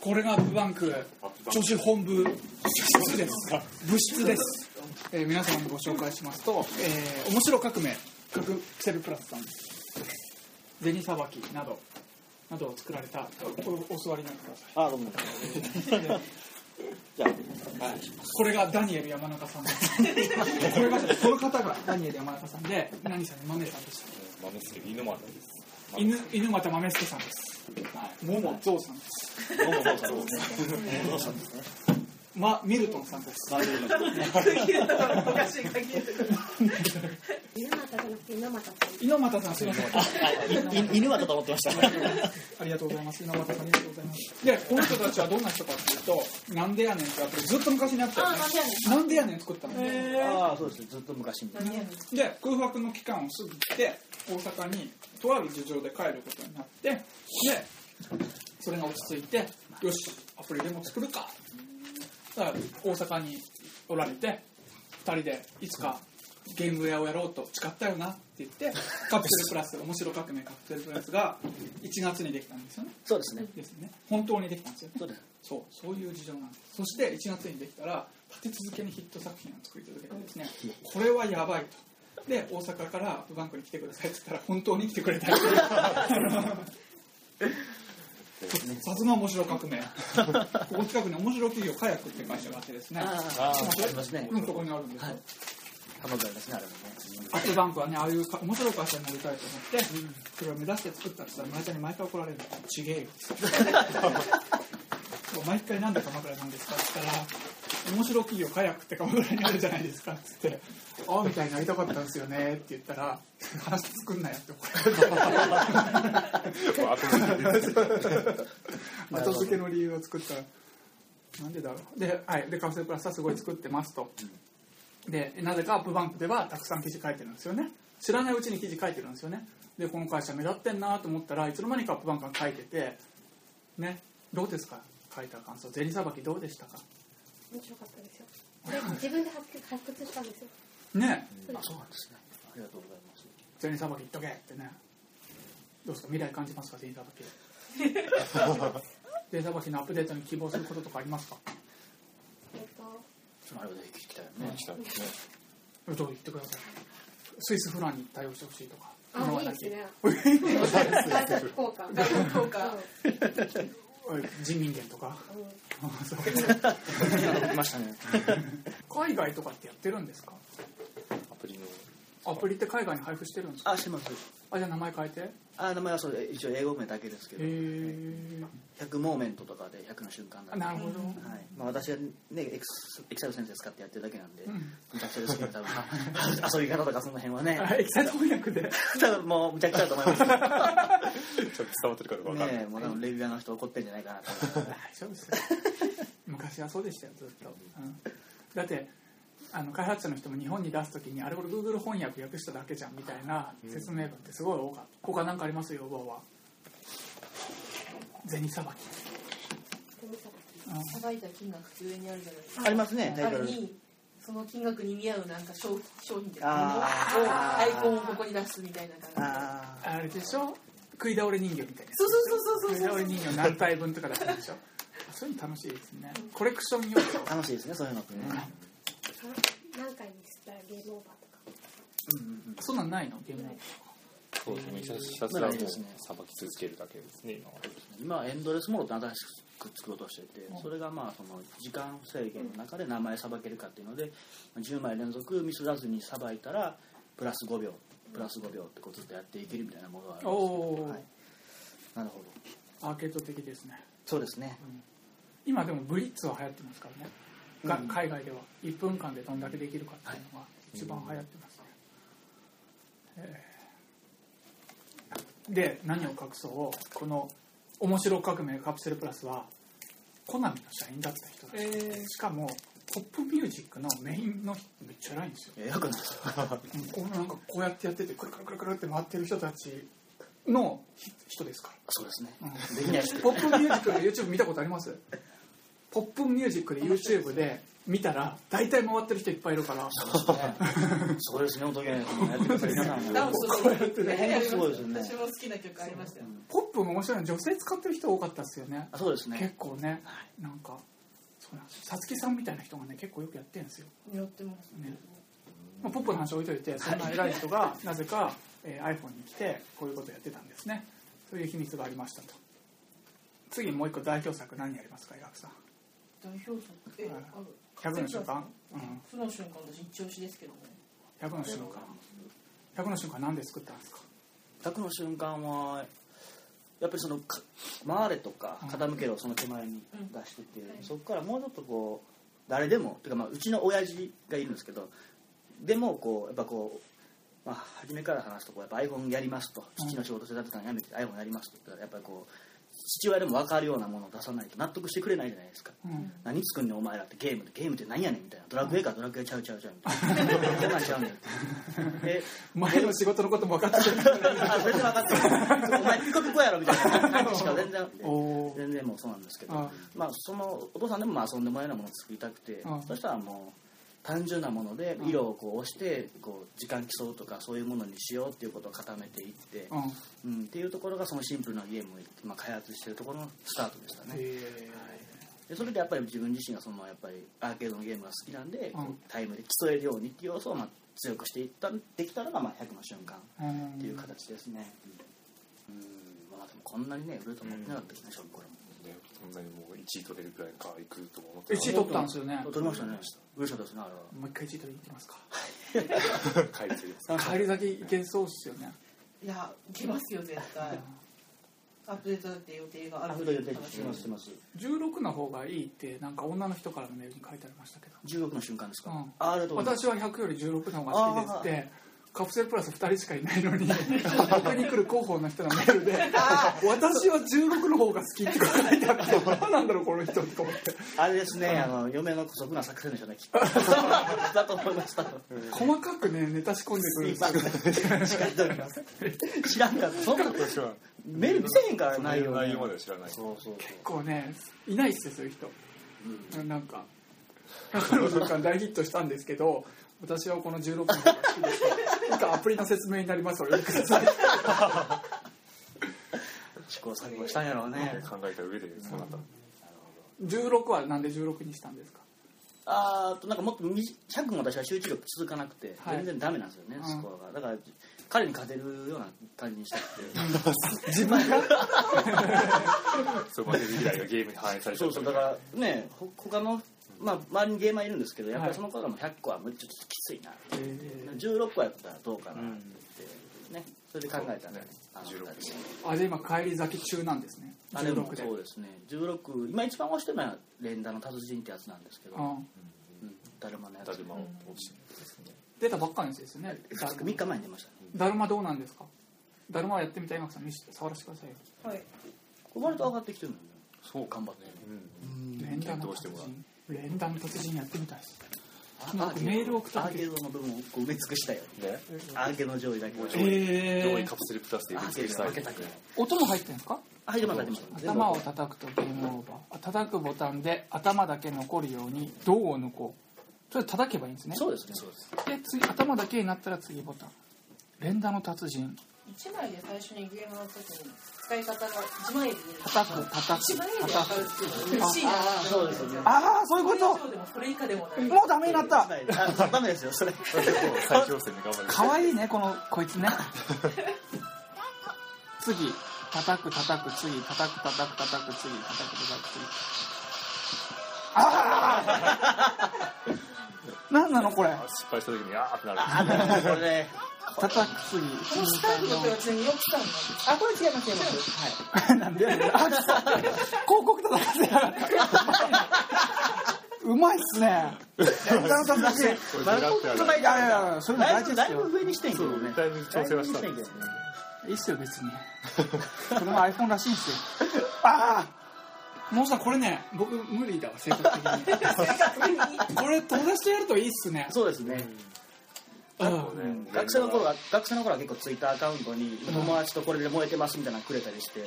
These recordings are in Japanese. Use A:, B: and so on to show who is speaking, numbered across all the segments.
A: これがアップバンク女子本部室です部室です、えー皆さんにご紹介しますと「えー、面白革命」「クセルプラス」さん「銭さばき」などなどを作られたおお座りになってください
B: あ、ごめんなさい。じゃ
A: これがダニエル山中さんですこれがこの方がダニエル山中さんで何さんに豆さんでした
C: 豆助犬丸です。
A: 犬犬又豆助さんです。ももゾウさんです。ももゾウさんです。まミルトンさんです。
D: 犬又じゃなくて犬又さん
A: 猪俣さんすみません。
B: あ、いい犬はだと思ってました。
A: ありがとうございます。猪俣さんありがとうございます。でこの人たちはどんな人かっていうと、なんでやねんってアプリずっと昔にあったよね。なんでやねん作ったの。
B: ああ、そうです。ずっと昔みたいな。
A: で空白の期間を過ぎて大阪にとある事情で帰ることになってでそれが落ち着いてよしアプリでも作るかだから大阪におられて2人でいつかゲーム屋をやろうと誓ったよなって言ってカプセルプラス面白革命カプセルプラスが1月にできたんですよね
B: そうですね。
A: ですね本当にできたんですよね
B: そうです。
A: そうそういう事情なんですそして1月にできたら立て続けにヒット作品を作り続けてですねこれはやばいとで大阪からアップバンクに来てくださいって言ったら本当に来てくれた薩摩面白革命ここ近くに面白企業カヤックっていう会社があってですね
B: ああ、ありますね。
A: うんそこにあるんですよ、
B: はい浜辺ですね、あれもね。
A: アップバンクはねああいうか面白い会社になりたいと思って、それを目指して作ったらさ村井ちゃんに毎回怒られるの「ち げえよ」毎回なんで鎌倉なんですか?」って言ったら「面白企業カヤックって鎌倉にあるじゃないですか」っつって「ああみたいになりたかったんですよね」って言ったら「話作んなよ」って怒
C: あとも
A: られる後付けの理由を作ったらなんでだろうで,、はい、でカプセルプラスはすごい作ってますと、でなぜかアップバンクではたくさん記事書いてるんですよね知らないうちに記事書いてるんですよねでこの会社目立ってんなと思ったらいつの間にかアップバンクが書いててねどうですか書いた感想銭さばきどうでしたか
D: 面白かったですよこれ自分で発掘発掘したんですよ
A: ね
B: あ、そうなんですね。ありがとうございます。
A: 銭さばき言っとけってねどうですか未来感じますか銭さばき銭さばきのアップデートに希望することとかありますか
D: えっと
B: そのあれで聞きたいよね。
C: 来たね。
A: どう言ってくださいスイスフランに対応してほしいとか今
D: あ
A: はい
D: い
A: だ
D: で
A: け
D: すね外国交換外国交換
A: 人民元とかそう
B: 来 ましたね。
A: 海外とかってやってるんですか
C: アプリの。
A: アプリって海外に配布してるんですか
B: あ、してます。
A: あじゃあ名前変えてへ
B: あ、名前はそれ、一応英語名だけですけど。
A: え
B: 100モーメントとかで100の瞬間なんで
A: なるほど、
B: はいまあ、私はねエクスエクセル先生使ってやってるだけなんで、
A: ん
B: むちゃくちゃですけど多 分遊び方とかその辺はね
A: あエキサイト翻訳で
B: 多分もうむちゃくちゃだと思います
C: ちょっと伝わってるかど
B: けど
C: うかわかんない。
B: ねもう多分レビュアーの人怒ってんじゃないかなと思
A: 大丈夫ですよ 昔はそうでしたよずっと、うんだってあの開発者の人も日本に出す時にあれこれ Google 翻訳訳しただけじゃんみたいな説明文ってすごい多かった他何かありますよおばは銭さばき、うん
E: さばいた金額って上にあるじゃないですか
B: ありますねタ
E: あ
B: イト
E: れ
B: ル
E: にその金額に見合うなんか商商品でものを
B: あ
E: ア
B: ー
E: イコンをここに出すみたいな感
B: あ
A: あれでしょ食い倒れ人形みたいな
E: じそうそうそう
A: 食い
E: そうそう
A: 倒れ人形何体分とかだったでしょあそういうの楽しいですねコレクション用
B: あ楽しいですねそういうのってね、
D: 何回にしたらゲームオーバーとか
B: うんうんうん、
A: そんなんないのゲーム内
C: そうですね。ひたすひたすらもうさばき続けるだけですね。今は
B: 今はエンドレスモードって新しく作ろうとしててそれがまあその時間制限の中で名前さばけるかっていうので10枚連続ミスらずにさばいたらプラス5秒プラス5秒ってこうずっとやっていけるみたいなものがあるんですけど
A: おー
B: はい、なるほど
A: アーケード的ですね
B: そうですね
A: 今でもブリッツは流行ってますからねが、
B: うん
A: 海外では1分間でどんだけできるかっていうのが一番流行ってますね、えーで何を隠そうこの「面白革命カプセルプラス」はコナミの社員だった人だ、しかもポップミュージックのメインの人めっちゃ偉いんですよ
B: いやよくないです
A: うんこうなんかこうやってやっててクルクルクルクルって回ってる人たちのひ人ですから
B: そうです ね、
A: うん
B: できないですけ
A: ポ
B: ど
A: ップミュージックで YouTube 見たことありますポップミュージックで YouTube で見たら大体回ってる人いっぱいいるから
B: すごいですね、音源。やってください皆さん
E: ダ
B: が
E: ウンするの
B: ね変化すごいですよね
E: 私も好きな曲ありましたよ。
A: ポップも面白いの女性使ってる人多かったですよね
B: あそうですね
A: 結。構ねなんかそうなんですさつきさんみたいな人がね結構よくやってるんですよ、
E: やってます。
A: ねまあ、ポップの話置いといてそんな偉い人がなぜか、えー iPhone に来てこういうことやってたんですねそういう秘密がありましたと次もう一個代表作何やりますか伊垣さん
E: 代表作。え、
A: はい
E: あの
A: 100の瞬間、うん、
E: 負の瞬間私一押しですけどね。
A: 100の瞬間100の瞬間何で作ったんですか
B: タクの瞬間はやっぱりそのか回れとか傾けろその手前に出してて、
E: うん
B: そこからもうちょっとこう誰でもてかまあうちの親父がいるんですけどでもこうやっぱこう、まあ、初めから話すとこうやっぱ iPhone やりますと
A: うん
B: 父の仕事手伝ってたのやめて iPhone やりますと言ったらやっぱりこう父親でも分かるようなものを出さないと納得してくれないじゃないですか。
A: うん
B: 何作んねんお前らってゲームでゲームって何やねんみたいなドラクエかドラクエちゃうちゃうちゃうみたいなそんなんちゃうねんで
A: 前の仕事のことも分かってる
B: あ全然分かってないお前ピコピコやろみたいな感じしか全然
A: おー
B: 全然もうそうなんですけど
A: あ
B: まあそのお父さんでもまあ遊んでもらえるようなものを作りたくて
A: うん
B: そしたらもう単純なもので
A: うん
B: 色をこう押してこう時間競うとかそういうものにしようっていうことを固めていって、
A: うん
B: うん、っていうところがそのシンプルなゲームをまあ開発してるところのスタートでしたね。
A: へ
B: でそれでやっぱり自分自身がそのやっぱりアーケードのゲームが好きなんで、
A: うん
B: タイムで競えるようにっていう要素をまあ強くしていったできたのがまあ100の瞬間
A: ーうん
B: っていう形ですねうん、まあでもこんなにね売ると思ってなかったですね、ショックこれも
C: ねそんなにもう1位取れるくらいかいくと思って
A: 1位取ったんですよね
B: 取りましたね嬉しかったですねあれは
A: もう一回1位取りに行きますか
C: 帰りすぎです
A: なんか帰り先行けそうっすよね
E: いや、来ますよ絶対。アップデートだって予定があ
B: あ
E: る
B: そ
E: の
B: れ
E: に。
B: でしてますしてます
A: 16の方がいいってなんか女の人からのメールに書いてありましたけど
B: 16の瞬間ですか、
A: うん
B: あありがとうございます
A: 私は100より16の方が好きですってカプセルプラス2人しかいないのに僕に来る広報の人のメールで「私は16の方が好き」って書いてあって何なんだろうこの人と思って
B: あれですね、あの嫁の姑息な作戦でしょうね きっとだと思いました
A: 細かくねネタ仕込んでくるんですよ
B: 違っております知らんかったそんなこと
C: 私は
B: メール見せへんから内
C: 内
B: 容
C: 容
B: ね
C: 内容までは知らない
B: そうそうそう
A: 結構ねいないっすよそういう人、なんか100の瞬間大ヒットしたんですけど私はこの16の方が好きですなんかアプリの説明になりますお読みください
B: 試行錯誤したんやろうね
C: 考えた上でそうなった
A: 16はなんで16にしたんですか
B: あーあとなんかもっと短100も私は集中力続かなくて、
A: はい
B: 全然ダメなんですよね、
A: うん
B: スコアがだから彼に勝てるような感じにしたくて
A: 自分が
C: そう負けず嫌いがゲームに反映されち
B: そ
C: ゃ
B: う
C: った
B: そうだ
C: みたい
B: か
C: な
B: らねほ他の、まあ、周りにゲーマーいるんですけどやっぱ
A: はい
B: りその子らも100個はもうちょっときついな、
A: えー
B: 16個やったらどうかなって、
C: うん
B: ねそれで考えたんで
C: そうですね
B: あ
A: あ
B: の二つ
C: 16
A: じゃあ今帰り咲き中なんですね
B: あでも
A: 16で
B: そうですね16今一番推してるのは連打の達人ってやつなんですけど、
A: うん
B: うん、だるまのやつ
C: だるまを落ちてですね
A: 出たばっかりのやつですよねだる
B: 3日前に出ましたね
A: だるまどうなんですかだるまやってみたい今さん見せて触らせてくださいよ
E: はい。
B: これ割と上がってきてるのよね
C: そう
B: 頑張って
C: うん
A: 連打の
C: 検討して
A: 達
C: もらう
A: 人連打の達人やってみたいです
B: ア
A: メール送った
B: ア
A: だ
B: ー
A: け
B: ケードの部分をこう埋め尽くしたよ
C: ね
B: アーケードの上位だけを
C: 上位上
A: え
C: 位カプセルプラスで
B: ア
C: 見
B: ー
C: つ
B: ケ
C: け
B: ード
C: た
B: を
C: い
B: 開けたくない
A: 音も入ってるんですか
B: あ入れました入れました
A: 頭を叩くとゲームオーバーあ叩くボタンで頭だけ残るように銅を抜こうそれ叩けばいいんですね
B: そうですねそうです
A: で次頭だけになったら次ボタン連打の達人
E: 一枚で最初にゲームの時に使い方が一枚で
A: 叩く叩
E: 一
A: く
E: 枚で
A: 叩
E: 分か
A: く
E: るっていうのが嬉しいな
B: ああそうですよね
A: ああそういうこ
E: これ以上
A: と
E: でもそれ以下でもない
A: もうダメになった
B: あダメですよそれ
C: 最小戦で頑張る
A: 可愛いねこのこいつね 次叩く叩く次叩く叩く叩く次叩く叩く次あ あなんなのこれ
C: あ失敗した時にあーってな
B: あ
C: る
B: でもこれね
A: 叩く次
E: このスタイルのこれはちなみによくさんなんです
B: あこれ違います違いますはい
A: なんであそう広告とか出せなかったうまいっすね連打の達人
C: これ狙ってある
A: いやいやいやそういうの
B: だ
A: 大
B: い
A: 事
B: ぶ
A: で
B: だ
A: す
B: い
A: よ
B: ぶ上にしてんけどね
C: だいぶ調整はしたんです
A: いいっすよ別にそれも iPhone らしいっすよああもうさんこれね僕無理だわ性格的にこれ友達とやるといいっすね
B: そうですね
A: うん
C: ね
B: 学生の頃は学生の頃は結構ツイッターアカウントに友達とこれで燃えてますみたいなのくれたりして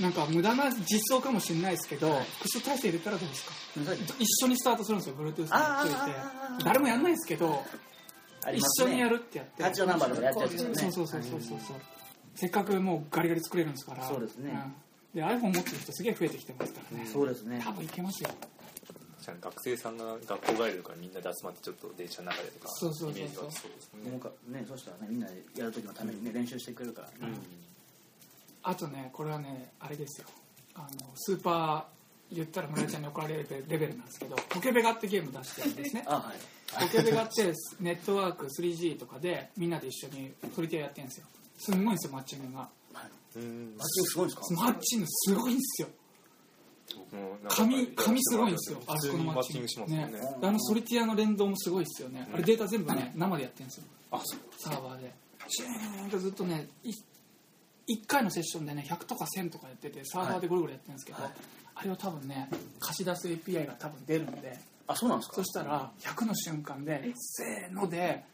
A: なんか無駄な実装かもしれないですけど、複数体制入れたらどうですか一緒にスタートするんですよ、Bluetooth につ
B: あ
A: い
B: ー
A: て。誰もやんないですけど、
B: あります
A: 一緒
B: ね
A: にやるってやって。
B: タッチのナンバーとかやっちゃう
E: そ
B: ん
E: う
A: そう
B: ですよね
A: そうそうそうそうそうせっかくもうガリガリ作れるんですから
B: そうですね
A: うんで iPhone 持ってる人すげえ増えてきてますからね
B: そうですね
A: 多分いけますよ
C: 確かに学生さんが学校帰るからみんなで集まってちょっと電車の中でとか
A: そうそうそうそう
C: イメージはそうですもん
B: なん
C: ね
B: かねそしたらねみんなでやるときのためにね練習してくれるから
C: うん
A: あとねこれはねあれですよあのスーパー言ったら村井ちゃんに怒られるレベルなんですけどポケベガってゲーム出してるんですね
B: あはい
A: ポケベガってネットワーク 3G とかでみんなで一緒にトリティアやってるんですよすんごいんですよマッチングが
B: はい
C: うん
B: マッチングすごいんですか
A: マッチングすごいんですよ
C: 僕もなんか
A: 紙紙すごいんですよ
C: 普通にマッチングしますもんね
A: ねあのソリティアの連動もすごいですよねあれデータ全部ね生でやってるんですよ
C: あそう
A: サーバーでシューンとずっとね1回のセッションでね100とか1000とかやっててサーバーでゴリゴリやってるんですけど、
B: はい
A: あれを多分ね貸し出す API が多分出るんで
B: あそうなんですか
A: そしたら100の瞬間でせーので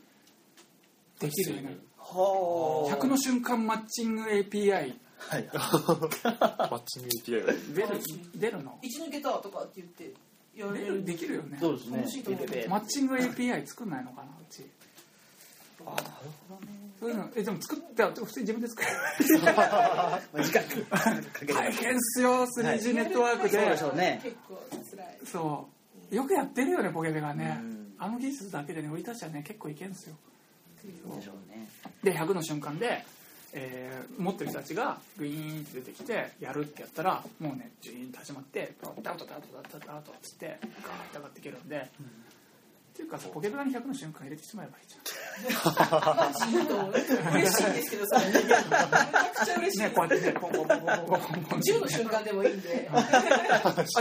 A: できるようになる
B: はあ
A: 100の瞬間マッチング API
B: はい
C: マッチング API が
A: 出る出るの
E: 一抜けたとかって言ってや
A: 出
E: れ
A: る
E: る
A: できるよね
B: そうですね
E: 楽しいと思う
B: ベベベ
A: マッチング API 作んないのかなうちそういうのえでも作った普通に自分で作る
B: まあ時間かけて
A: 大変っすよ 3G ネットワークで
B: そうでしょうね
E: 結構辛い
A: そうよくやってるよねポケベがね
B: うん
A: あの技術だけでね売り出したらね結構いけるんですよ
B: でしょうね
A: で100の瞬間で、えー持ってる人たちがグイーンって出てきてやるってやったらもうねジュイーンって始まってダウトダウトダウトダウトっつってガーッて上がっていけるんで、っていうかさポケベラに100の瞬間入れてしまえばいいじ
E: 嬉しいんですけどそれめちゃくちゃ嬉しい
A: ゃんねこうやってねポンポンポンポンポンポンポン
E: 10の瞬間でもいいんで
A: あ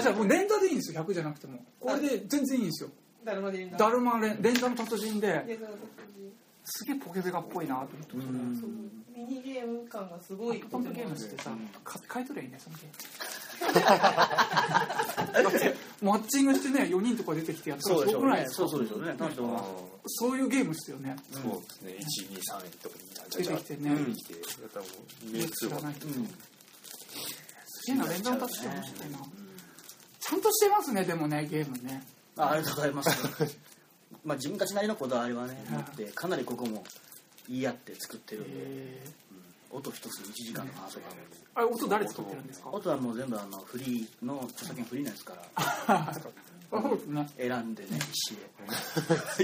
A: じゃあもう連打でいいんですよ100じゃなくてもこれで全然いいんですよ
E: だるまで言うんだ
A: だるま連連打の達人で
E: でその時に
A: すげえポケベガっぽいなと思って
B: うん
E: そうミニゲーム感がすごい
A: ポンプゲームしてさ
B: うん、
A: か買い取りゃいいんだよ、そのゲーム。だって、マッチングしてね、4人とか出てきてやったら
B: そうですし
A: ご
B: ょ
A: く
B: う
A: ないで
B: ね
A: す
B: そ
A: か
B: うそうでしょうね楽しそう
C: あ
B: は
A: そういうゲームですよね。
C: ーそうですね123円とか
A: 出
C: に
A: てきてね
C: 出てきてだからもうイメージす
A: 知
C: る
A: ら
C: わ
A: ない人。
B: うん
A: 変な連弾立ちて面白いな。ちゃんとしてますね、でもね、ゲームね。
B: あありがとうございます。 まあ自分たちなりのこだわりはね、
A: うん
B: 持ってかなりここも言い合って作ってるんで、
A: えー
B: 音一つに1時間の話があるんで
A: あれ、音誰作ってるんですか
B: 音はもう全部あのフリーの著作権フリーなんですから
A: あそうですね。
B: 選んでね 一で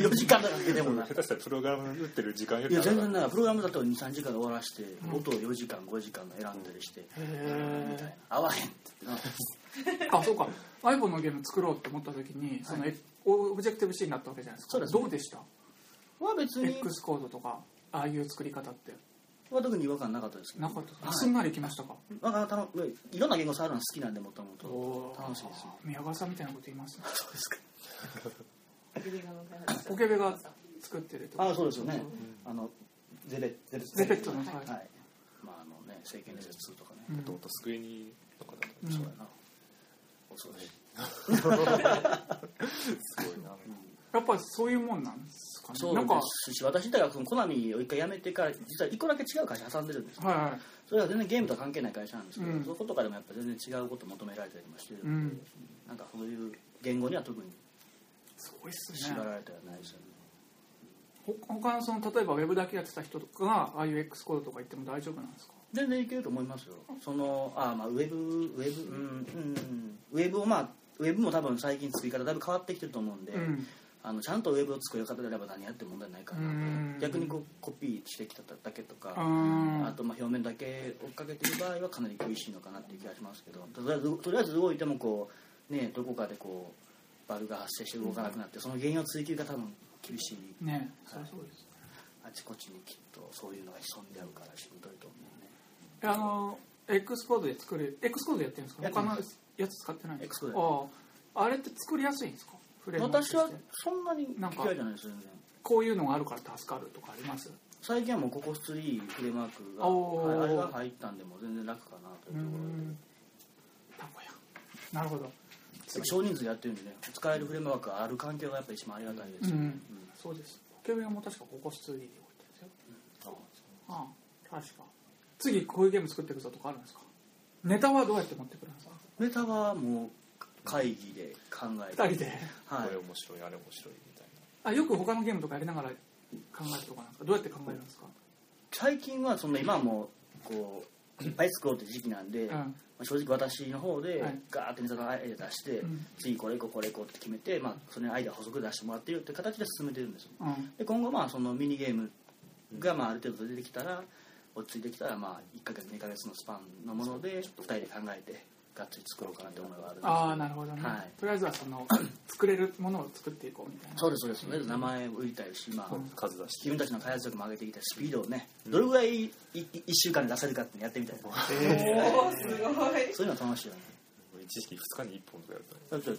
B: 4時間だけでもない
C: 下手したらプログラム打ってる時間よ
B: い
C: り
B: や
C: 長
B: 全
C: かった
B: 然だからプログラムだと23時間で終わらして、
A: ん
B: 音を4時間5時間選んだりして、みたい
A: へ
B: な合わへんって な
A: ーあ、そうか。iPhone のゲーム作ろうって思った時に、その、えオブジェクティブ C になったわけじゃないですか。
B: そうですね
A: どうでした
B: は別に
A: ?X コードとか、ああいう作り方って。
B: は特に違和感なかったですけど
A: なかったです
B: は
A: か
B: い
A: すんなりいきましたか
B: なんかたのいろんな言語触るの好きなんでもともと
A: おー
B: 楽しいですよ
A: 宮川さんみたいなこと言いますね
B: そうですか
A: ポケベが作ってるってこと
B: あそうですよね、あのゼレゼレ
A: ゼペットの
B: はい、
A: はい
B: まああのね政権伝説2とかね、
A: うん
C: と思った机にとかだ
A: うん
B: そうやな恐ろしい、
C: とすごいな
A: やっぱりそういうもんなんですかね
B: そう
A: なんか
B: ですし私だからそのコナミを一回辞めてから実は一個だけ違う会社挟んでるんです
A: はいはい
B: それは全然ゲームとは関係ない会社なんですけど、
A: うん
B: そことかでもやっぱ全然違うこと求められたりもしてるんで、
A: うん
B: なんかそういう言語には特に
A: すごいっす
B: 縛
A: ね
B: られてはないですよね
A: ほ他のその例えばウェブだけやってた人とかがああいう X コードとか言っても大丈夫なんですか
B: 全然いけると思いますよそのあまあウェブウェブうん、うん、ウェブをまあウェブも多分最近作り方だいぶ変わってきてると思うんで、
A: うん
B: あのちゃんとウェブを作る方であれば何やっても問題ないか
A: う
B: なと
A: ん
B: 逆にこうコピーしてきただけとか
A: うーん
B: あとまあ表面だけ追っかけてる場合はかなり厳しいのかなっていう気がしますけどとりあえずとりあえず動いてもこう、ね、どこかでこうバルが発生して動かなくなってその原因を追求が多分厳しい
A: ね
B: はい
A: そうです
B: あちこちにきっとそういうのが潜んであるからしんどいと思うね
A: えあの X コードで作る X コードでやってるんですか
B: やって
A: 他
B: ま
A: のやつ使ってないんですか
B: X
A: あああれって作りやすいんですかフレームとし
B: 私
A: て
B: はそんなに
A: なんか
B: 嫌いじゃないですよ全然
A: こういうのがあるから助かるとかあります
B: 最近はもうここ3フレームワークが、
A: おー
B: はいあれが入ったんでもう全然楽かな
A: う
B: とい
A: ー
B: うところで。
A: んたこやなるほど
B: 少人数でやってるんでね使えるフレームワークがある環境がやっぱ一番ありがたいで
A: うん、
B: す、
A: そうですポケベンも確かここ 2D で動いてるんですよああ確か次こういうゲーム作っていくぞとかあるんですかネタはどうやって持ってくるんですか
B: ネタはもう会議で考えて
A: 2人で
B: はい
C: これ面白いあれ面白いみたい
A: あよく他のゲームとかやりながら考えるとかなんですかどうやって考えるんですか、
B: 最近はそんな今はもうこういっぱい作ろうって時期なんで、
A: うん
B: まあ正直私の方で
A: はい
B: ガーってネタのアイデア出して、
A: うん
B: 次これいこうこれいこうって決めて、まあ、それのアイデア補足出してもらってるって形で進めてるんですよ
A: うん
B: で今後まあそのミニゲームがまあある程度出てきたら落ち着いてきたらまあ1か月2か月のスパンのもので2人で考えてがっつり作ろうかなって思いはあるんですけど
A: ああなるほどね、
B: はい
A: とりあえずはそ の作れるものを作っていこうみたいな
B: そうですそうですとりあえず名前を売りたいしまあ、
A: うん
C: な数出し
B: 自分たちの開発力も上げてきたスピードをね、どれぐらいいい1週間で出せるかってやってみたいな、
E: おーすごい
B: そういうのは楽しいよね
C: て知識2日に1本とかやると
B: そうそう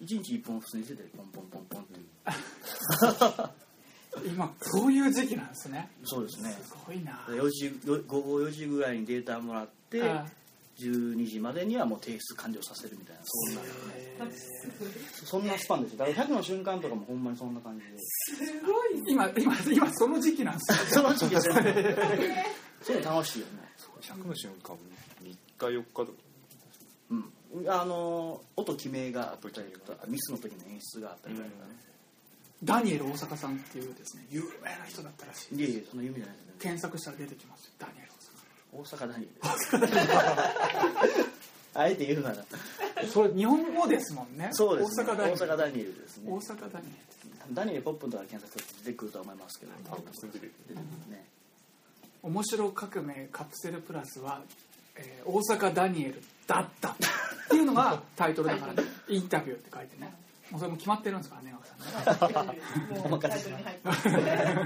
B: 一日一本普通にしててポンポンポンポンって
A: 今そういう時期なんですね
B: そうですね
A: すごいな
B: 4時よ午後4時ぐらいにデータもらって
A: あ
B: 12時までにはもう提出完了させるみたいなそんなそんなスパンですよだから100の瞬間とかもほんまにそんな感じで
E: すごい
A: 今今今その時期なんですよ
B: その時期ですよね そういうの楽しいよね
C: 100の瞬間3日4日とか
B: うんあの音決めがあったりとかミスの時の演出があったりとかね、
A: ダニエル大阪さんっていうですね有名な人だったらしい
B: いえいえその夢じゃないですね
A: 検索したら出てきますよダニエル大
B: 大阪何あえて言うなら
A: 阪さんそれ日本語ですもんね
B: そうです、ね、
A: 大阪ダニエ
B: 大阪
A: ル
B: ダニエルですね
A: 大阪ダニエル
B: ダニエルポップンとかで検索すると出てくると思いますけど
C: 多分住んでる
B: 出てくるね
A: 面白革命カプセルプラスは、えー大阪ダニエルだったっていうのがタイトルだから、ね、インタビューって書いてねもうそれも決まってるんですからね若さんね
E: もうタイトルに入って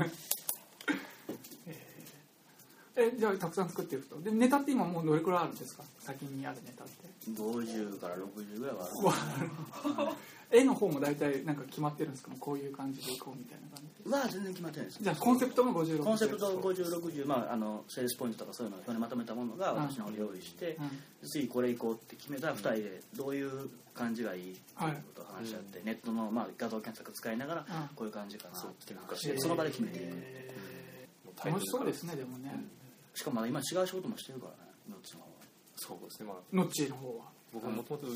E: ます
A: えじゃあたくさん作っていくとでネタって今もうどれくらいあるんですか先にあるネタって
B: 50から60ぐらいはある
A: わ絵の方も大体なんか決まってるんですかもうこういう感じでいこうみたいな感じ
B: まあ全然決まってないです
A: じゃあコンセプトも56
B: コンセプト5060、まあ、あのセールスポイントとかそういうのを表にまとめたものが私の方で用意して、
A: うん
B: 次これ行こうって決めたら2人でどういう感じがいいっていうことを話し合って、ネットの、まあ、画像検索使いながら
A: うん
B: こういう感じかなっていう話
A: へ
B: で
A: ー
B: その場で決めていく
C: タイト
A: 楽
C: ル
A: しそうですねでもね
B: しかもまだ今違う仕事もしてるからねどっちの方は
C: そうですねまあ
A: ノッチの方は
C: 僕もともと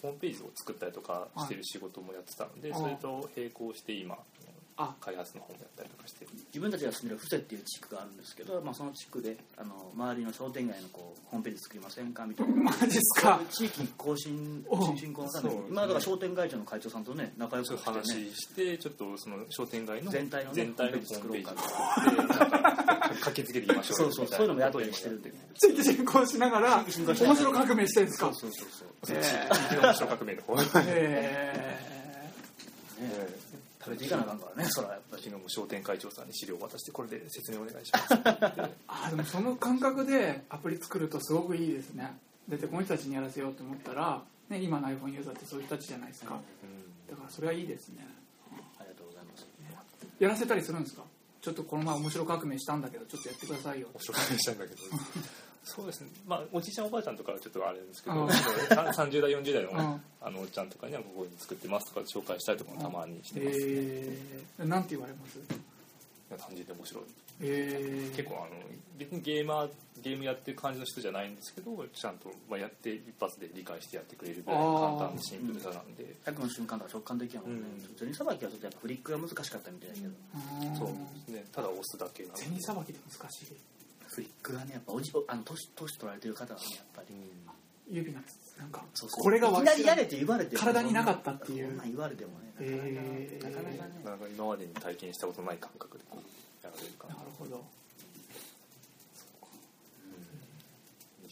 C: ホームページを作ったりとかしてる仕事もやってたので、
A: はい
C: それと並行して今
A: あ
C: 開発の方もやったりとかしてる
B: 自分たちが住んでる布施っていう地区があるんですけど、まあ、その地区であの周りの商店街のこうホームページ作りませんかみたいな
A: マジっすか
B: 地域更新
A: お
B: 振興のために
C: そうですね
B: 今だから商店街長の会長さんとね仲良
C: そう
B: く
C: いう
B: してね
C: 話してちょっとその商店街の
B: 全体のね
C: 全体のホ
B: ホ
C: ー
B: ー
C: ム
B: ム
C: ペ
B: ペー
C: ージ
B: ジ作
C: を作 ってなんか駆けつけていきましょう
B: そうそう
C: みた
B: そ
C: いな
B: ういうのもやったりしてるんで
A: 地域進行しながら
B: 進行
A: 面
B: しながら
A: 白革命してるんです
B: そ
A: か
B: うそうそうそう
A: へ
C: 地域の小革 命の方
A: ーへ
B: ね
C: ええ
B: 食べていかなあ かんからねそれはやっぱ
C: 昨
B: り
C: 日も商店会長さんに資料を渡してこれで説明お願い しますって言って
A: ーあでもその感覚でアプリ作るとすごくいいですねだってこの人たちにやらせようと思ったら、ね、今の iPhone ユーザーってそういう人たちじゃないですかだからそれはいいですね
B: ありがとうございます
A: やらせたりするんですかちょっとこの前面白革命したんだけどちょっとやってくださいよ
C: お紹介したんだけどそうですねまあおじいちゃんおばあちゃんとかはちょっとあれですけ
A: う
C: ど
A: ん
C: さ30代40代の,、
A: うん
C: あのおっちゃんとかにはここに作ってますとか紹介したりとかもたまにしてます、い
A: えー、なんて言われます
C: や単純で面白い
A: えー、
C: 結構あの別にゲーマーゲームやってる感じの人じゃないんですけどちゃんと、まあ、やって一発で理解してやってくれるぐらいの簡単なシンプルさなんで、
B: 100の瞬間とか直感的やもんね
C: うん
B: 銭さばきはちょっとやっぱフリックが難しかったみたいだけど
A: うん
C: そうですねただ押すだけなので
A: 銭さばきで難しい
B: フリックがねやっぱおじおあの年年取られてる方はねやっぱり
C: うん
A: 指なんですなんか
B: そうそう
A: これが
B: いき
A: 私
B: なりやれって言われても
A: 体になかったっていう
B: そんなん言われてもね
A: えー
B: なかなかね
C: なかなか今までに体験したことない感覚でこうやられるか
A: な
C: ら
A: るほど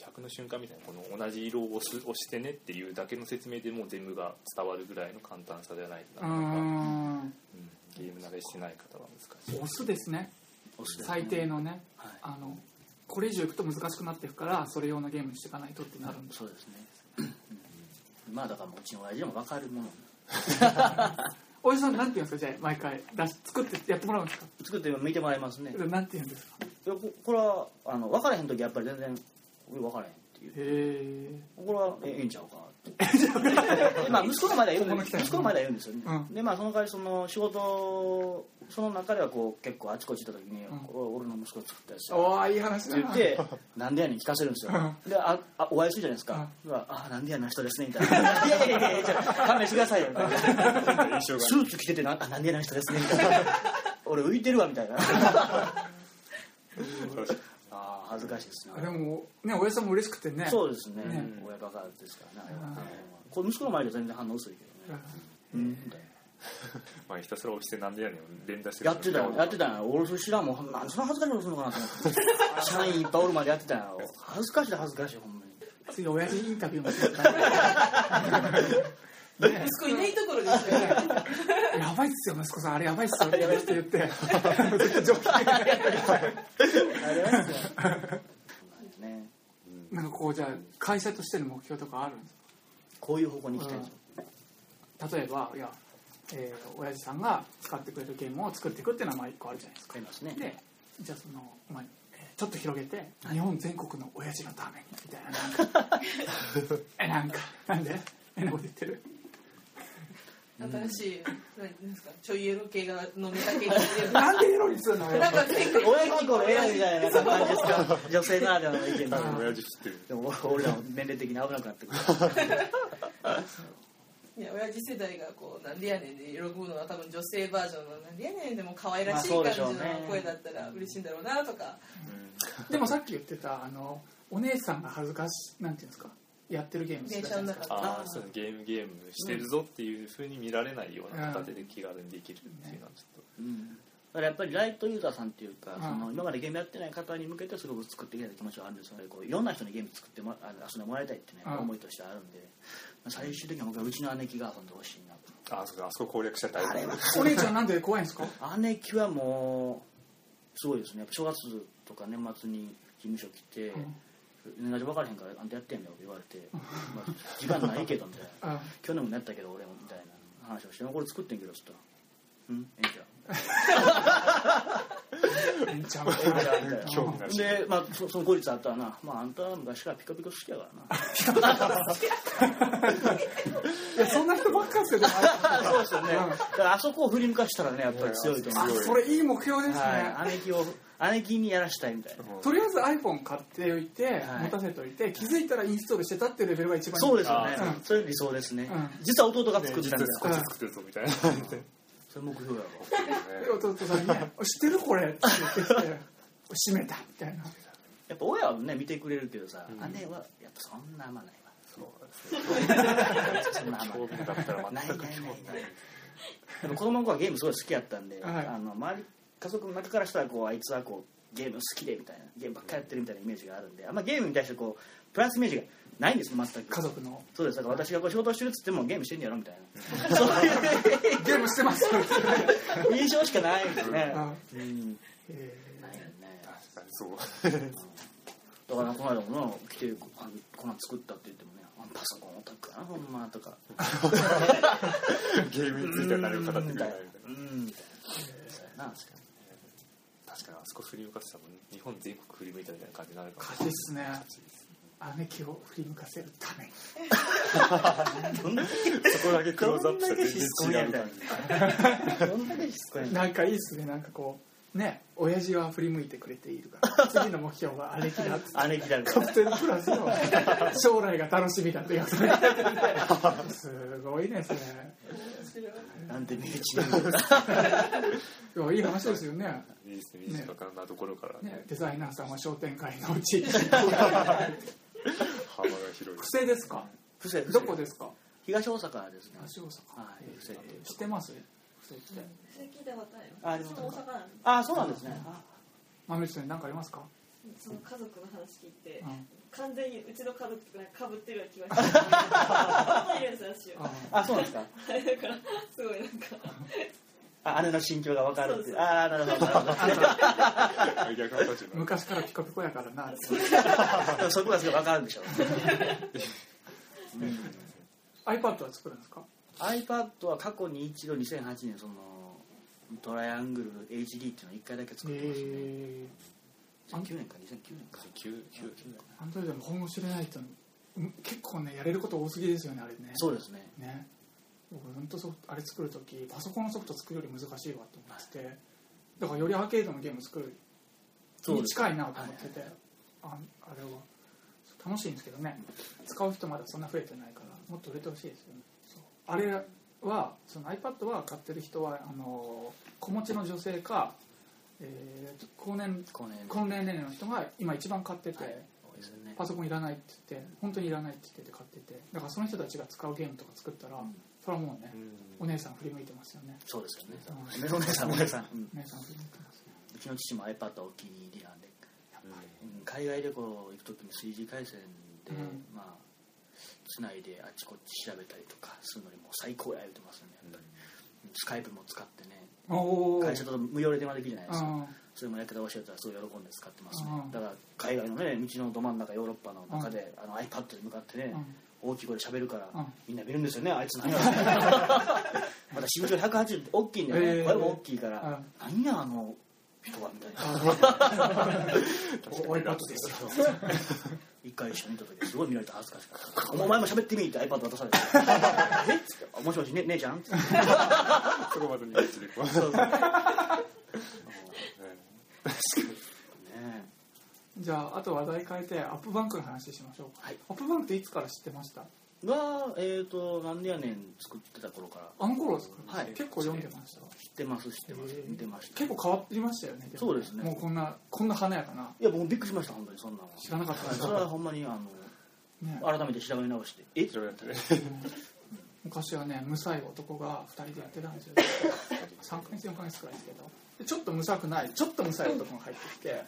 C: 100の瞬間みたいなこの同じ色を押す押してねっていうだけの説明でもう全部が伝わるぐらいの簡単さではないと
A: うー
C: なかなか、
A: ん
C: うんゲーム慣れしてない方は難しい
A: オスですね
B: おすすめ
A: 最低のね
B: はい
A: あのこれ以上いくと難しくなっていくからそれ用のゲームにしていかないとってなるんで
B: そうですね、うんまあだからもううちの親父でも分かるもの
A: おじさんなんて言うんですかじゃあ毎回出し作ってやってもらうんですか
B: 作って見てもらいますねい
A: なんて言うんですか
B: やここれはあの分からへん時やっぱり全然これ分からへんってい
A: へ
B: う
A: え
B: これはえええんちゃうかっまあ、息子がまだ言う
A: ここ
B: ん
A: の期
B: です
A: 待
B: 息子がまだ言うんですよね、
A: うん
B: でまあその代わりその仕事その中ではこう結構あちこち行った時に、
A: うん
B: こう俺の息子作ったやつって
A: おーいい話だ
B: 言 って「なんでやねん」聞かせるんですよ、でああお会いするじゃないですか「うわあなんでやな人ですね」みたいな「いやいやいやいやじゃあ勘弁してくださいよ」みたいな
C: 印象が
B: スーツ着ててなあなんでやな人ですね」みたいな 「俺浮いてるわ」みたい なああ恥ずかしいですね
A: でもね親さんも嬉しくてね
B: そうですね、
A: ね
B: 親バカですからね、あれは
A: うん
B: これ息子の前で全然反応薄いけどね、うん、
C: まあひたすらおしてなんでやねんを連打して
B: やってたよやってたよ俺それ知らんもんなんでそんな恥ずかしいことするのかなと思って 社員いっぱいおるまでやってたよ恥ずかしい恥ずかしいほんまに
A: 次親父インタビューもするから
E: 息子いないところですよね。
A: やばいっすよ息子さんあ れやばいっすよって言ってずっと上機嫌
B: あれは ね
A: なんかこうじゃあ会社としての目標とかあるんです
B: こういう方向に行きたいんですよ
A: か例えばいや、えー、親父さんが使ってくれるゲームを作っていくっていうのはまあ一個あるじゃないですか
B: ありますね
A: でじゃあその、まあ、えーちょっと広げて日本全国の親父のためにみたいななんかえ なんかなんで変なこと言ってる
E: 新しい、なんですか、ちょいエロ系が飲みた 系が出て る。
A: なんでエロにするのよ
E: なんか全国
B: 親子の親みたいな感じですか女性ならではの意見
C: 多
B: だ
C: 分親父知ってる
B: でも俺らも年齢的に危なくなってくる
E: いや親父世代がこうなんでやねんで喜ぶのは多分女性バージョンのなんでやねんでも可愛らしい
B: まあそう
E: 感
B: で
E: じ
B: しょう
E: の
B: ね
E: 声だったら嬉しいんだろうなとか、
A: でもさっき言ってたあのお姉さんが恥ずかしなんていうんですかやってるゲームして
E: 電
A: たじゃな
E: 車
A: いで
E: の
A: すか
E: 中で。
C: ああそうですねゲームゲームしてるぞっていうふうに見られないような形で気軽にできるっていうのはちょっ
B: うんだからやっぱりライトユーザーさんっていうか、
A: うん
B: その今までゲームやってない方に向けてすごく作っていきたい気持ちはあるんですのでこういろんな人にゲーム作ってもあの遊んでもらいたいってね、
A: うん
B: 思いとしてあるんで、まあ最終的には僕はうちの姉貴が遊んでほしいなと
C: とああそうかあそこ攻略しちゃったら
B: あれは
A: お姉ちゃんなんで怖いんですか
B: 姉貴はもうすごいですねやっぱ正月とか年末に事務所来て
A: うん
B: 「年賀状分からへんからあんたやってんだよ」言われて「まあ、時間ないけど」みたいな
A: あ
B: 「去年もやったけど俺も」みたいな話をして「これ作ってんけど」っつったら「うんええんちゃう」
A: お姉ちゃんは
C: 興味ない
B: で、まあ、そその後日あったらな、まあ、あんたは昔からピカピカ好きやからな。
A: いやそんな人ばっかりですよでも
B: そう ですよね。だからあそこを振り向かしたらね、やっぱり強いと思
A: あ
B: う。
A: それいい目標ですね、
B: はい、姉貴を、姉貴にやらしたいみたいな。
A: とりあえず iPhone 買っておいて、
B: はい
A: 持たせておいて気づいたらインストールしてたってレベルが一番いい
B: そうですよね
A: あ。
B: それ理想ですね
A: うん。
B: 実は弟が
C: ね
B: 作って
C: 実
B: たんだ
C: は
B: よ。
C: こっち作ってるぞ みたいな感じで
B: それ目標やろ。
A: 弟さんにね「知ってるこれ」って言ってきて「閉めた」みたいな
B: やっぱ親はね、見てくれるけどさ、姉は、やっぱそんな甘ないわ。
C: そうですね
B: そんな甘
C: 興味だったら
B: ない。な
C: 全
B: い
C: く
B: ないない
C: 興味ない
B: でも子供の頃はゲームすごい好きやったんで、
A: はい
B: あの周り家族の中からしたらこうあいつはこうゲーム好きでみたいなゲームばっかりやってるみたいなイメージがあるんであんまゲームに対してこうプラスイメージがないんです全く
A: 家族の
B: そうですだから私がこう仕事してるっつってもゲームしてんやろみたい なそう
A: 「ゲームしてます」
B: いう印象しかないんですね
A: あ
B: うん
A: え
B: ないよね
C: 確かにそう
B: だからこの間もな来てあのこんなん作ったって言ってもねあパソコンオタクやなほんまとか
C: ゲームについては誰も語って
B: み
C: く
B: た
C: れ
B: いな
C: な
B: い
C: みたい
B: う
C: な
B: んみたいなそうやな確かに
C: 確かにあそこ振り向かせたらもう日本全国振り向いたみたいな感じになる
A: ー、
C: かも
A: 勝ちっすね姉貴を振り向かせるために
C: そこだけクローズアップしたら全然違う
B: み
C: み
B: た
C: たい
B: い
C: な
B: な。どんだけしつこいんだ。
A: なんかいいっすねなんかこうね親父は振り向いてくれているから次の目標が姉貴だっつって
B: 姉貴だみた
A: カ
B: い
A: プテルプラスの 将来が楽しみだってやつすごいですね
B: な。なんて身内でも。
A: いやいい話ですよね
C: いいですね身近かなところからね
A: ねデザイナーさんは商店街のうち
C: 幅が広い
A: 不正ですか
B: 不正
A: どこですか
B: 東大阪ですね。
A: 足大阪
B: は
A: え
B: い
A: ー
B: 伏せっていう
A: してます不正って
D: それ聞いたことある
B: あで
D: よ
B: も
D: 私も大阪なの
B: ああ、そうなんですね。あ
A: 豆内さん何かありますか
D: その家族の話聞いて、
A: うん
D: 完全にうちの家族とかぶってるような気がしているんで すよ私
A: あ
D: は
B: あ、そうなんですか。
D: はいだからすごいなんか
B: あ、姉の心境がわかるって
D: そ
B: い。
D: うそうう
B: ああ、なるほど。なるほ
C: 逆の立場
A: 昔からピコピコやからなって
B: どでもそこがすごいわかるんでしょう。うん
A: iPad は作るんですか
B: iPad は過去に一度2008年そのトライアングル HD っていうのを一回だけ作ってますね。
A: え
B: 2009年か2009年か。
C: 9 9
A: ー、アンドロイドも本腰入れないと結構ねやれること多すぎですよねあれね
B: そうですね
A: ね僕ほんとソフトあれ作る時パソコンのソフト作るより難しいわと思っててだからよりアーケードのゲーム作るに近いなと思っててああれは楽しいんですけどね使う人まだそんな増えてないからもっと売れてほしいですよねそうあれはその iPad は買ってる人はあの子持ちの女性か、えー高年
B: この辺
A: 高年齢の人が今一番買ってて、
B: はい多いですよね
A: パソコンいらないって言って本当にいらないって言ってて買っててだからその人たちが使うゲームとか作ったら、
B: うん
A: それはもうね、
C: う
A: お
C: ん
A: 姉さん振り向いてますよね
B: そうですよね
A: うん
B: お姉さんお姉さんうん
A: お姉さん振り向いてますね
B: うちの父も iPad お気に入りなんで
C: う
B: う
C: ん
B: ん海外旅行行く時に 3G 回線で、
A: うん
B: まあつないであっちこっち調べたりとかするのにもう最高や言うてますよねやっぱり、うんスカイプも使ってね
A: おお
B: 会社と無料で電話できるじゃないですか、
A: うん
B: それもやり方教えたらすごい喜んで使ってますね、
A: うん
B: だから海外のね道のど真ん中ヨーロッパの中で、あの iPad に向かってね、大きい声で喋るから、
A: うん
B: みんな見るんですよねあいつ何やまた身長180って大きいんだよね、
A: えー
B: 声も大きいから、何やあの人はみたいな
A: うん、おおい後ですよ
B: そうそう一回一緒にいた時すごい見られて恥ずかしかった「お前も喋ってみ」って iPad 渡されて「えっ?」つってあ「もしもし、ね、姉ちゃん?」って
C: そこまでに一でこう。そう
B: ね
A: じゃああと話題変えてアップバンクの話しましょうか、
B: はい
A: アップバンクっていつから知ってました
B: がえっ、と「なんでやねん」作ってた頃から
A: あの頃ですか、
B: はい
A: 結構読んでました
B: 知ってます知ってます見てました
A: 結構変わりましたよねも
B: そうですね
A: もうこんなこんな華やかない
B: や僕もびっくりしました本当にそんなのは
A: 知らなかったで
B: い
A: す
B: それはほんまにあの
A: ね
B: 改めて調べ直して「え
C: いろいろやってね。
A: 昔はねむさい男が2人でやってたんですよ3ヶ月4ヶ月くらいですけどでちょっとむさくないちょっとむさい男が入ってきて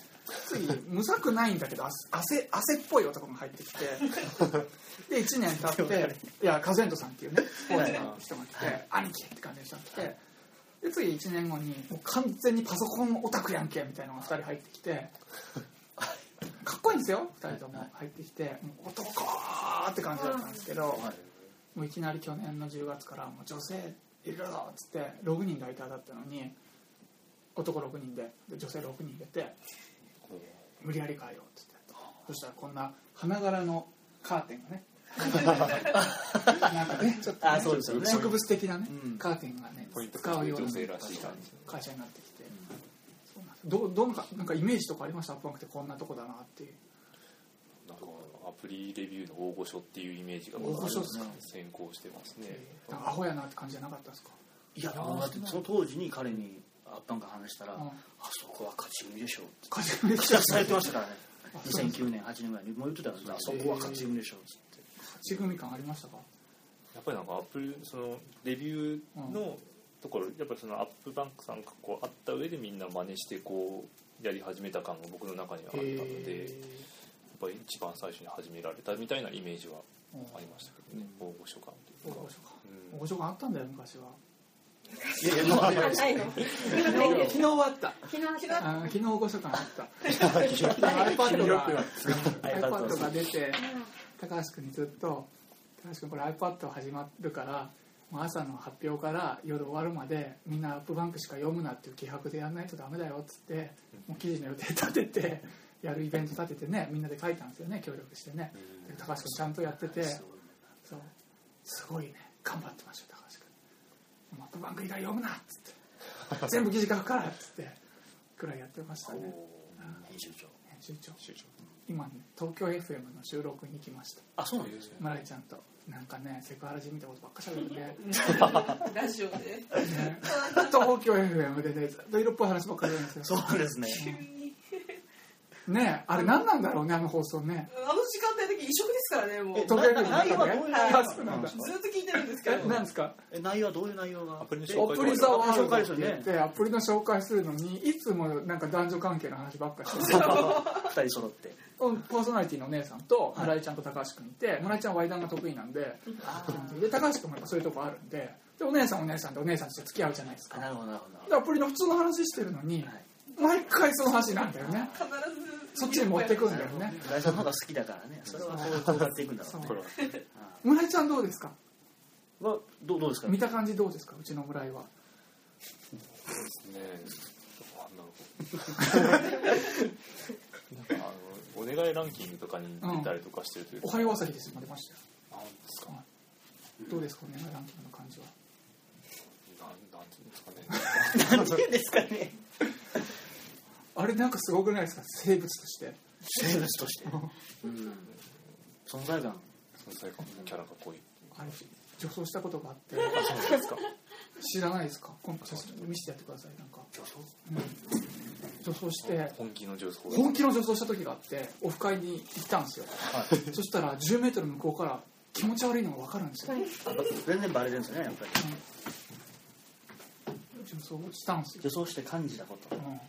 A: 次むさくないんだけど汗汗汗っぽい男が入ってきて で1年経っていやカゼントさんっていうねスポーツの人が来て、兄貴って感じの人が来てで次1年後にもう完全にパソコンオタクやんけみたいなのが2人入ってき てかっこいいんですよ2人とも入ってきてもう男ーって感じだったんですけど、
B: はい
A: もういきなり去年の10月からもう女性いるぞっつって6人ライターだったのに男6人でで女性6人入れて無理やり変えようっつってそしたらこんな花柄のカーテンがねなんかねちょっと、ね、
B: あそうですよね
A: 植物的なね、
B: うん
A: カーテンがね
C: ポイント
A: 使うような
C: 女性らしい感じ
A: 会社になってきて、そうなんですどうどうなんかなんかイメージとかありましたアップバンクってこんなとこだなっていう
C: なんかアプリレビューの大御所っていうイメージが
A: 大御所ですか
C: 先行してますね。
A: なんかアホやなって感じじゃなかったですか
B: いやだってその当時に彼にアッパンが話したら
A: う
B: 「
A: ん
B: あそこは勝ち組で しょ」って
A: 会社めっ
B: 口
A: ちゃ
B: 出しされてましたからね
A: あそう
B: 2009年8年ぐらいにもう言ってたんですよあそこは勝ち組でしょ」っつって
A: 勝ち組感ありましたか
C: やっぱりなんかアップルそのレビューのところ、やっぱりそのアップバンクさんがこうあった上でみんな真似してこうやり始めた感が僕の中にはあったので、やっぱり一番最初に始められたみたいなイメージはありましたけどね、大御所感と
A: 大
C: いうか
A: 御。所か
C: う
A: 大
C: ん
A: 御所があったんだよ昔はい
B: やいやもうあれ
D: あ ないの今ない
A: 昨
D: んで
A: 日はあった
D: 昨日昨
A: あ昨日大御所感あった iPad が iPad が出て高橋君にずっと「高橋君これ iPad 始まるからもう朝の発表から夜終わるまでみんなアップバンクしか読むな」っていう気迫でやんないとダメだよっつってもう記事の予定立てて やるイベント立ててねみんなで書いたんですよね協力してねで高橋君ちゃんとやってて
B: すごいね
A: そうすごいね頑張ってましたよ高橋君マップバンク以外読むなっつって全部記事書くからっつってくらいやってましたね
B: 編集長
A: 編集長今ね東京 FM の収録に行きました
B: あそうなんですね
A: 村井ちゃんとなんかねセクハラじみたことばっかしゃべってて、ね、
E: ラジオで
A: 東京 FM でねずっと色っぽい話ばっかりなんですよ
B: そうですね
E: 急に
A: ねあれ何なんだろうねあの放送ね
E: あの時間帯的に異色ですからねもう
B: え
E: ず
B: ど
E: っ
A: 東京 FM の
B: 内
A: 中
B: 容は
A: で
B: どういう
A: ね
B: 内容
A: あそうなんだ
E: と聞いてるんですけど
A: え何ですか
B: え内容はどういう内容が
C: アプリの
B: で
C: 紹
A: アプリザワールドって言っ
B: 紹介す
A: てアプリの紹介するのにいつもなんか男女関係の話ばっかりしてて
B: 二人揃って
A: パーソナリティのお姉さんと村井ちゃんと高橋君いて村井ちゃんはワイダンが得意なんで基本的にで高橋君もやっぱそういうとこあるんででお姉さんお姉さんでお姉さんとして付き合うじゃないです
B: あな
A: か
B: るほどなるほどなるほ
A: でアプリの普通の話してるのに
B: どはい
A: 毎回その話なんだよね
E: 必ず
A: そっちに持ってくんだよね
B: 村井さんの方が好きだからねそれはこうこうやっていくんだろうね
A: そう
C: は
B: あ
A: 村井ちゃんどうですか
B: ーはどうどうですか
A: 見た感じどうですかうちの村井は
C: ねえ、なんだろう。なんかあのお願いランキングとかに出たりとかしてるという
A: お
C: か、
A: はよう朝日です今出ましたよ
C: あなんですか
A: どうですかねランキングの感じは
C: なんなんていうんですかね
B: なんていうんですかね
A: あれなんかすごくないですか生物として
B: 生物 として、うん、存在感
C: 存在感キャラが濃い
A: あれ女装したことがあ って
C: あそうなんですか
A: 知らないですか今度写真見せてやってくださいなんか
C: 女装
A: うん女装して
C: 本気の女装
A: 本気の女装した時があってオフ会に行ったんですよ、そしたら1 0ル向こうから気持ち悪いのが分かるんですよ、
B: 全然バレてるんですよねやっぱり
A: 女装したんですよ、
B: 女装して感じたこと
A: うん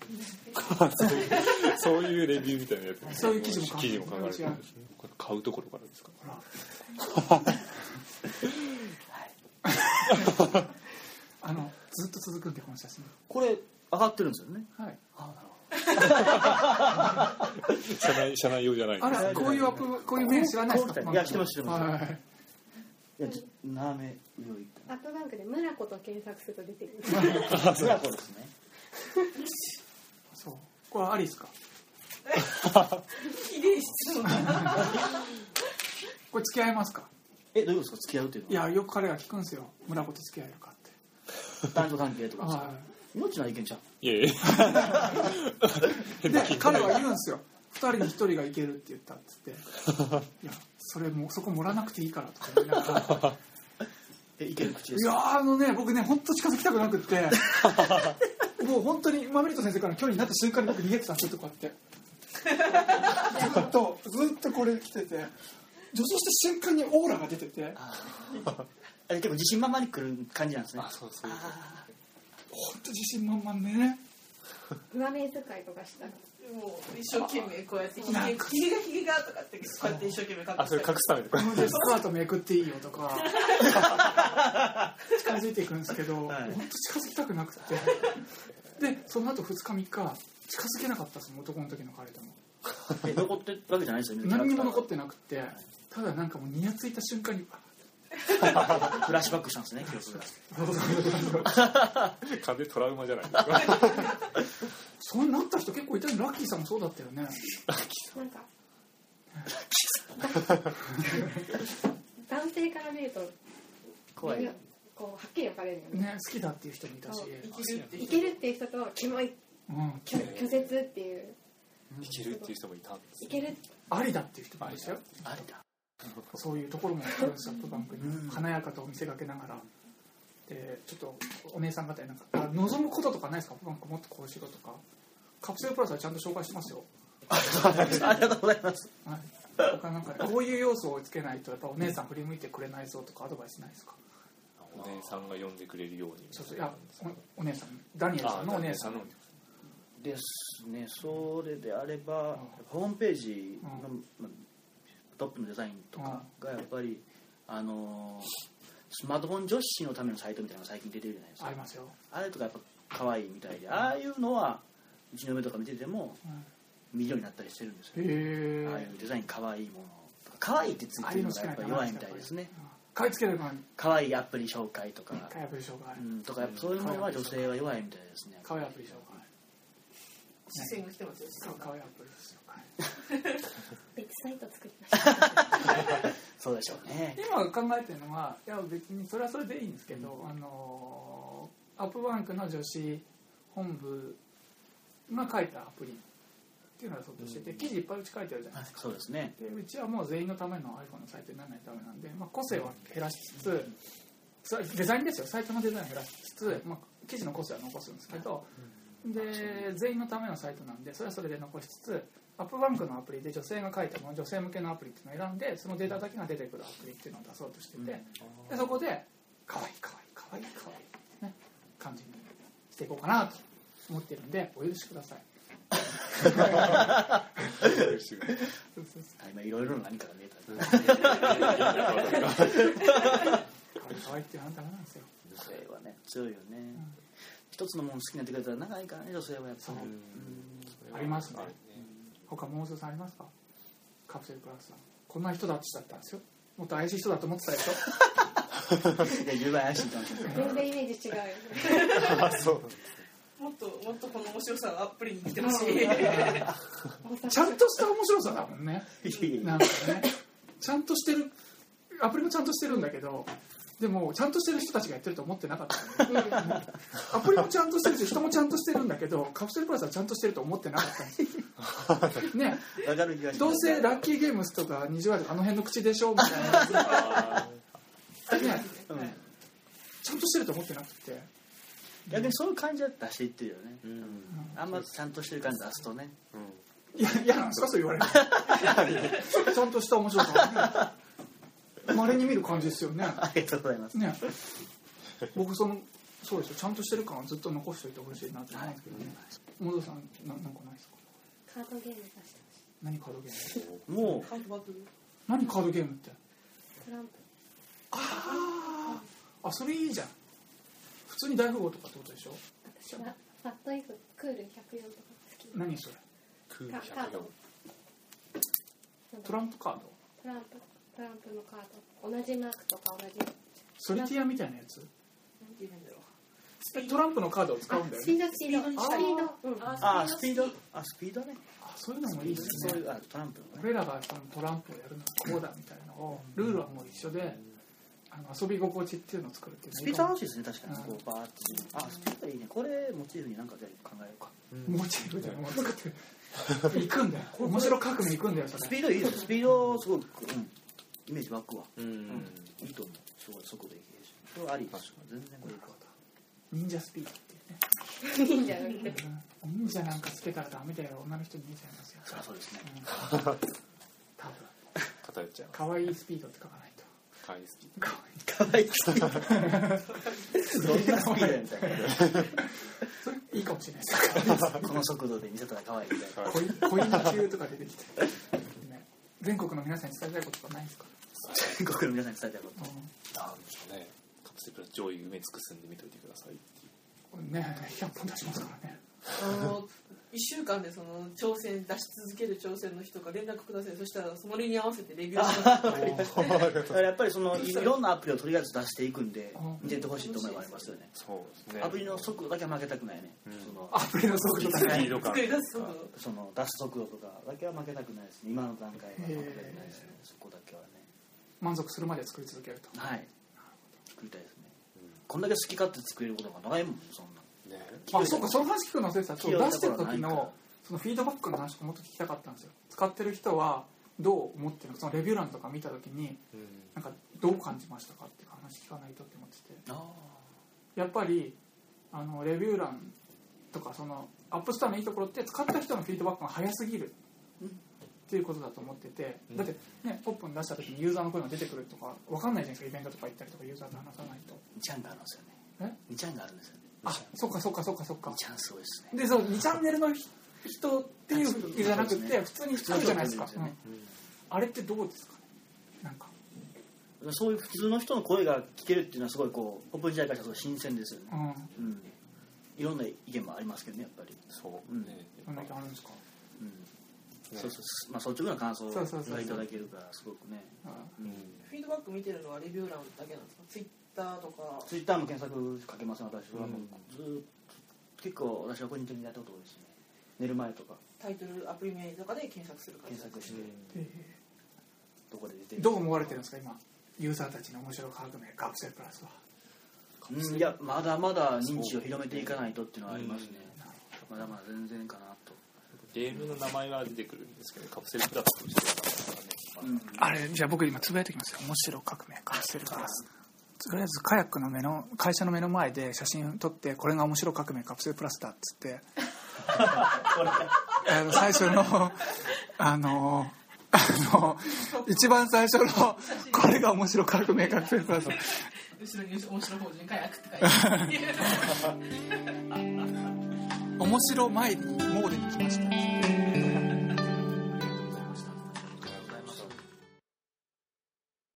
C: そういうレビューみたいなやつ
A: そういう記事も書かれてる
C: 記事も書かれてるんですねこれ買うところからですか
A: ほらあのずっと続くんでこの写真
B: これ上がってるんですよね
A: はい
C: 社内社内用じゃないん
A: あ
C: です
A: らこういうアップこういう面知らないです
B: こ
A: か
B: ういや知ってます知ってます
A: はい
B: いやじ斜め上い
D: アップバンクで「村子」と検索すると出てくる
B: ったそれはそうですね
A: そうこれはありですか
E: ひでえ質問だ
A: これ付き合いますか
B: えどういうことですか付き合うっていう
A: い
B: のは
A: やよく彼が聞くんですよ村子と付き合えるかって
B: 男女関係とかですか
A: は
B: 命の意見じゃん
C: いやい
A: い
C: や
A: で彼は言うんですよ2人に1人がいけるって言ったっつって「いやそれもうそこ盛らなくていいから」とか 言いながら
B: え意見口で
A: い
B: す
A: や
B: か
A: ーあのね僕ね本当近づきたくなくって もう本当にマメリト先生からの距離になった瞬間に僕逃げてたんですよとかってずっとずっとこれ来てて女装した瞬間にオーラが出てて
B: あれ結構自信満々に来る感じなんですね
C: あそうそう
A: 本当自信満々でね
D: 上目遣いとかしたら
E: もう一生懸命こうやってひ
A: なん
E: げ
A: か
E: ひげがひげがとかってこうやって一生懸命隠
C: あそれ
E: して
C: 隠すため にこれ
A: このでスカートめくっていいよと か近づいていくんですけど、
B: はい
A: 本当近づきたくなくてでその後2日3日近づけなかったその男の時の彼とも
B: え残ってるわけじゃないですよね
A: 何にも残ってなくてただなんかもうニヤついた瞬間に
B: フラッシュバックしたんですね記憶が
C: 完全にトラウマじゃないですか
A: そうなった人結構いたよラッキーさんもそうだったよね
D: なんか男性から見ると
B: 怖い
D: みんなこうはっきり分かれるよね
A: ね好きだっていう人もいたし
D: そう
E: 生きるって
D: いけるっていう人とキモい
A: うん
D: 拒拒絶っていう
C: いけるっていう人もいたんです
D: いける
A: ありだっていう人もいましたよ
B: あれだ
A: そういうところもフランスアップバンクに華やかと見せかけながらでちょっとお姉さん方やなんかあ望むこととかないですかアップバンクもっとこうしろとかカプセルプラスはちゃんと紹介してますよ、
B: ありがとうございます
A: はい、他なんかこういう要素をつけないとやっぱお姉さん振り向いてくれないぞとかアドバイスないですか
C: お姉さんが呼んでくれるように
A: そうそういやおお姉さんダニエルさんのお姉さんの
B: ですねそれであればホームページのまあトップのデザインとかがやっぱりあのースマートフォン女子のためのサイトみたいなのが最近出てるじゃないです
A: あ
B: か
A: りますよ、
B: あれとかやっぱ可愛いみたいでああいうのはうちの嫁とか見てても
A: うん
B: 見るようになったりしてるんですよ
A: へえ
B: ああいうデザイン可愛いものとか可愛いってつい
A: ああ
B: て
A: いう
B: る
A: の
B: の
A: 好
B: が
A: きな人
B: やっぱ
A: は
B: 弱いみたいですね
A: 買い付ければ
B: 可愛いアプリ紹介とか
A: 買いアプリ紹介
B: うんとかやっぱそういうものは女性は弱いみたいですね
A: 買いアプリ紹介
E: 視線が来てますよ視線が
A: 買いアプリ紹介
D: 別サイト作りました
B: そうでしょうね
A: 今考えてるのはいや別にそれはそれでいいんですけど、あのーアップバンクの女子本部が書いたアプリっていうのはそうとしてて、記事いっぱいうち書いてあるじゃないですか、
B: そうですね
A: でうちはもう全員のための iPhone のサイトにならないとダメなんで、まあ、個性は減らしつつさデザインですよサイトのデザインを減らしつつ、まあ、記事の個性は残すんですけどで全員のためのサイトなんでそれはそれで残しつつアップバンクのアプリで女性が書いたもの女性向けのアプリっていうのを選んでそのデータだけが出てくるアプリっていうのを出そうとしてて、
B: うん
A: でそこでかわいいかわいいかわいいかわいいってね感じにしていこうかなと思ってるんでお許しください。
B: あ今いろいろな何かが見えた
A: かわいいかわいいっていうのはダメなんですよ。
B: 女性はね強いよね、一つのもの好きになってくれたら長いからね女性はやっぱ
A: そう
B: り
A: ありますね他モーズさんありますかカプセルクラスさんこんな人だちだったんですよもっと怪しい人だと思ってたでしょ
B: いや十倍怪しいかもしれない
D: 全然イメージ違うよね
C: あそう
E: もっともっとこの面白さがアプリに来てほしい。
A: ちゃんとした面白さだもんね
B: いやいや
A: なんかねちゃんとしてるアプリもちゃんとしてるんだけどでもちゃんとしてる人たちがやってると思ってなかったのねアプリもちゃんとしてるし人もちゃんとしてるんだけどカプセルプラスはちゃんとしてると思ってなかったんですね
B: わかる気がし
A: ど
B: ま
A: う
B: す
A: せラッキーゲームスとか20話とかあの辺の口でしょみたいな
C: あ
A: やね
B: うん
A: ちゃんとしてると思ってなくて
B: 逆にそういう感じだったら知ってるよね
C: ーうん
B: あんまちゃんとしてる感じ出すとね
C: うん
A: いや嫌なんですかそう言われるのちゃんとした面白さまれに見る感じですよね
B: ありがとうございます
A: ね僕そのそうですよちゃんとしてる感はずっと残しておいてほしいなと思うんですけどねモドさんななんかないですか
D: カードゲーム出した
A: 何カードゲーム
B: も
E: カードバトル。
A: 何カードゲームって
D: トランプ
A: ああそれいいじゃん普通に大富豪とかってことでしょ
D: 私はファットイブクール104とか好き
A: 何それ
C: 空
D: カ
C: 気
D: カード
A: トランプカード
D: トランプトランプのカード同じマークとか同じ
A: ソリティアみたいなやつ
E: なんて言うんだろう。
A: えトランプのカードを使うんだよ
D: スピ
A: ね
D: ードスピード
A: あ
D: スピードうん
B: うあスピードあスピードね
A: あそういうのもいいです
B: そうい
A: ね
B: うあトランプのね
A: 俺らがそのトランプをやるのはこうだみたいなのをルールはもう一緒であの遊び心地っていうのを作るっていうの
B: ス
A: い
B: ピ
A: い
B: ー
A: か
B: ド
A: も
B: 楽しいですね確かに
A: うん
B: こうバーってあスピードいいねこれモチーフになんかじゃあ考えようか
A: モチーフでもう作ってる行 くんだよ面白革命行くんだよそ
B: ス
A: れ
B: ピードいいですスピードすごく、うん、イメージ湧くわ
C: うんうん
B: いいと思うすごい速度いけるしこれありですよ全然これいいか
A: 忍者スピードっていうね
D: いいんじゃない
A: うん忍者なんかつけたらダメだよ女の人に見えちゃいますよ
B: そりゃそうですね
A: 多分
C: 偏っちゃいます
A: 可愛いスピードって書かないと
C: 大好き
A: 可
B: かわいいスピードどんなスピードやみたい
A: 愛 いいいかもしれ ないです
B: なこの速度で見せたらかわいいみ たいな
A: 恋恋の級とか出てきて、ね、全国の皆さんに伝えたいこととかないですか、
B: 全国の皆さんに伝えたいこ
A: う、
C: なんでしょうねカプセルは上位埋め尽くすんで見といてくださいっていうん
A: これね100本出しますからね
E: あの1週間でその挑戦出し続ける挑戦の人が連絡くださいそしたらそれに合わせてレビューします
B: とだからやっぱりそのいろんなアプリをとりあえず出していくんで見てってほしいと思いはありますよね
C: そうですね
B: アプリの速度だけは負けたくないね、
C: うん
B: その
A: アプリの速度だね
C: ド
E: 作り出すの
B: その出す速度とかだけは負けたくないですね今の段階は負けたくないですねそこだけはね
A: 満足するまで作り続けると
B: はい作りたいですねこんだけ好き勝手作れることがないもんそんな
C: ね
A: あそうかその話聞くの忘れてたそう出してる時
B: 聞いたことないか
A: のそのフィードバックの話もっと聞きたかったんですよ使ってる人はどう思ってるのかそのレビュー欄とか見た時に
C: うん
A: なんかどう感じましたかっていう話聞かないとって思ってて
B: あ
A: やっぱりあのレビュー欄とかそのアップストアのいいところって使った人のフィードバックが早すぎる
B: うん
A: っていうことだと思ってて
C: うん
A: だってねポップに出した時にユーザーの声が出てくるとか分かんないじゃないですかイベントとか行ったりとかユーザーと話さないと
B: 2ちゃんがあるんですよね
A: え
B: 2ちゃんがあるんですよね
A: あそっかそっかそっかそっか
B: 2ちゃんすごいですね
A: でそう2チャンネルの人人っていうふうじゃなくて普通に人じゃないですか、
B: 普通の人ですよね
C: うん
A: うんあれってどうですかねなんか、
B: そういう普通の人の声が聞けるっていうのはすごいこうポップ時代からしたらすごい新鮮ですよね
A: う、ん、
B: うん、いろんな意見もありますけどねやっぱり、
C: そう
B: うん
C: ね
A: どんな意見あるんですか、
B: うん
C: ね
B: そうそうまあ、率直な感想
A: そうそうそうそう
B: がいただけるからすごくね
A: うん
C: うん
E: フィードバック見てるのはレビュー欄だけなんですかツイッターとか
B: ツイッターも検索かけません私はもう
C: うん
B: ずーっと結構私は個人的にやったこと多いですね寝る前とか
E: タイトルアプリ名とかで検索する感じ
B: 検索して
A: え
B: どこで出て
A: ー
B: る
A: どう思われてるんですか今ユーザーたちの面白革命カプセルプラスは
B: うんいやまだまだ認知を広めていかないとっていうのはありますね
A: なるほ
B: まだまだ全然かなと、
C: ゲームの名前は出てくるんですけどカプセルプラスとしては名前はね
A: どあれじゃあ僕今つぶやいてきますよ面白革命カプセルプラスとりあえずカヤックの目の会社の目の前で写真撮ってこれが面白革命カプセルプラスだっつってあの最初のあのあの一番最初のこれが面白革命カプセルプラス
E: 後ろに面白法人解約って書いてある
A: 面白前にモーデに来ました